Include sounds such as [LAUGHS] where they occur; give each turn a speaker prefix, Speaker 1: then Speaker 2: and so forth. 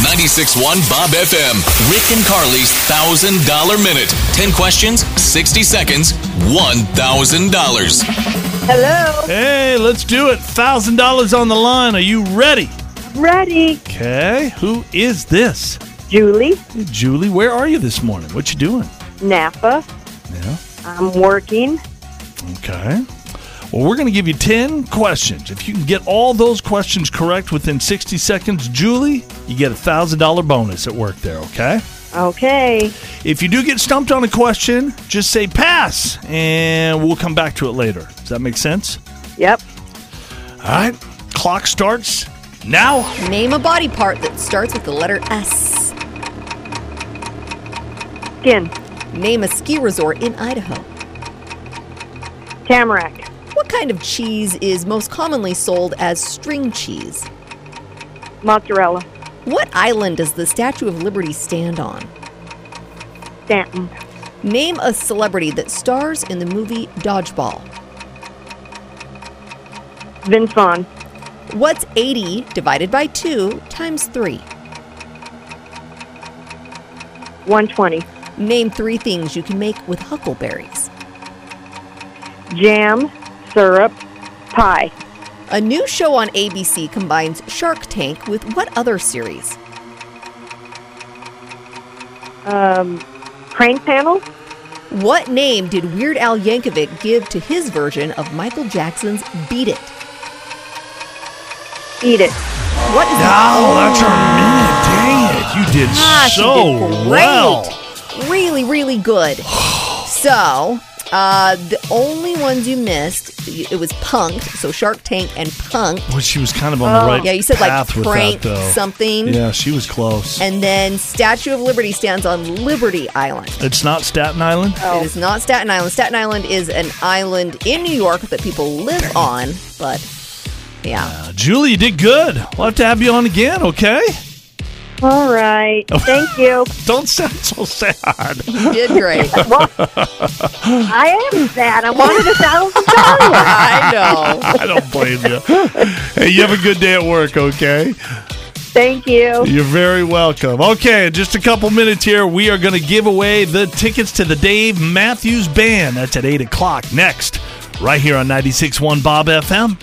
Speaker 1: 96.1 Bob FM. Rick and Carly's $1,000 minute. 10 questions, 60 seconds, $1,000.
Speaker 2: Hello,
Speaker 3: Hey, let's do it. Thousand dollars on the line. Are you ready?
Speaker 2: ready,
Speaker 3: Okay. Who is this?
Speaker 2: Julie
Speaker 3: Hey, Julie, where are you this morning? What you doing?
Speaker 2: Napa.
Speaker 3: Yeah.
Speaker 2: I'm working.
Speaker 3: Okay. Well, we're going to give you 10 questions. If you can get all those questions correct within 60 seconds, Julie, you get a $1,000 bonus at work there, okay?
Speaker 2: Okay,
Speaker 3: If you do get stumped on a question, just say pass and we'll come back to it later. Does that make sense?
Speaker 2: yep.
Speaker 3: All right. Clock starts now.
Speaker 4: Name a body part that starts with the letter S.
Speaker 2: Skin,
Speaker 4: Name a ski resort in Idaho.
Speaker 2: tamarack,
Speaker 4: What kind of cheese is most commonly sold as string cheese?
Speaker 2: mozzarella,
Speaker 4: What island does the Statue of Liberty stand on?
Speaker 2: Stanton,
Speaker 4: Name a celebrity that stars in the movie Dodgeball.
Speaker 2: Vince Vaughn,
Speaker 4: What's 80 divided by 2 times 3?
Speaker 2: 120.
Speaker 4: Name three things you can make with huckleberries.
Speaker 2: Jam, syrup, pie.
Speaker 4: A new show on ABC combines Shark Tank with what other series?
Speaker 2: Um, crank panel,
Speaker 4: What name did Weird Al Yankovic give to his version of Michael Jackson's Beat It?
Speaker 2: eat it.
Speaker 4: What is
Speaker 3: Now, that's our Oh, minute. Dang it. You did
Speaker 4: Gosh, you
Speaker 3: so
Speaker 4: Ah, did great.
Speaker 3: well.
Speaker 4: Really, really
Speaker 3: [SIGHS]
Speaker 4: good. so, uh, the only ones you missed, it was Punked, so Shark Tank and Punked.
Speaker 3: Well, she was kind of on the right
Speaker 4: Oh, Yeah, you said like
Speaker 3: path with
Speaker 4: prank
Speaker 3: that, though.
Speaker 4: something.
Speaker 3: Yeah, she was close.
Speaker 4: And then Statue of Liberty stands on Liberty Island.
Speaker 3: It's not Staten Island.
Speaker 4: It is not Staten Island. Staten Island is an island in New York that people live on, but yeah.
Speaker 3: Uh, Julie, you did good. We'll have to have you on again, okay?
Speaker 2: All right,
Speaker 3: Oh.
Speaker 2: thank you.
Speaker 3: [LAUGHS] Don't sound so sad.
Speaker 4: You did great.
Speaker 3: [LAUGHS]
Speaker 2: Well, I am sad. I wanted a thousand dollars.
Speaker 4: I know.
Speaker 3: I don't blame you. Hey, you have a good day at work, okay?
Speaker 2: Thank you.
Speaker 3: You're very welcome. Okay, in just a couple minutes here, we are going to give away the tickets to the Dave Matthews Band. That's at 8 o'clock next, right here on 96.1 Bob FM.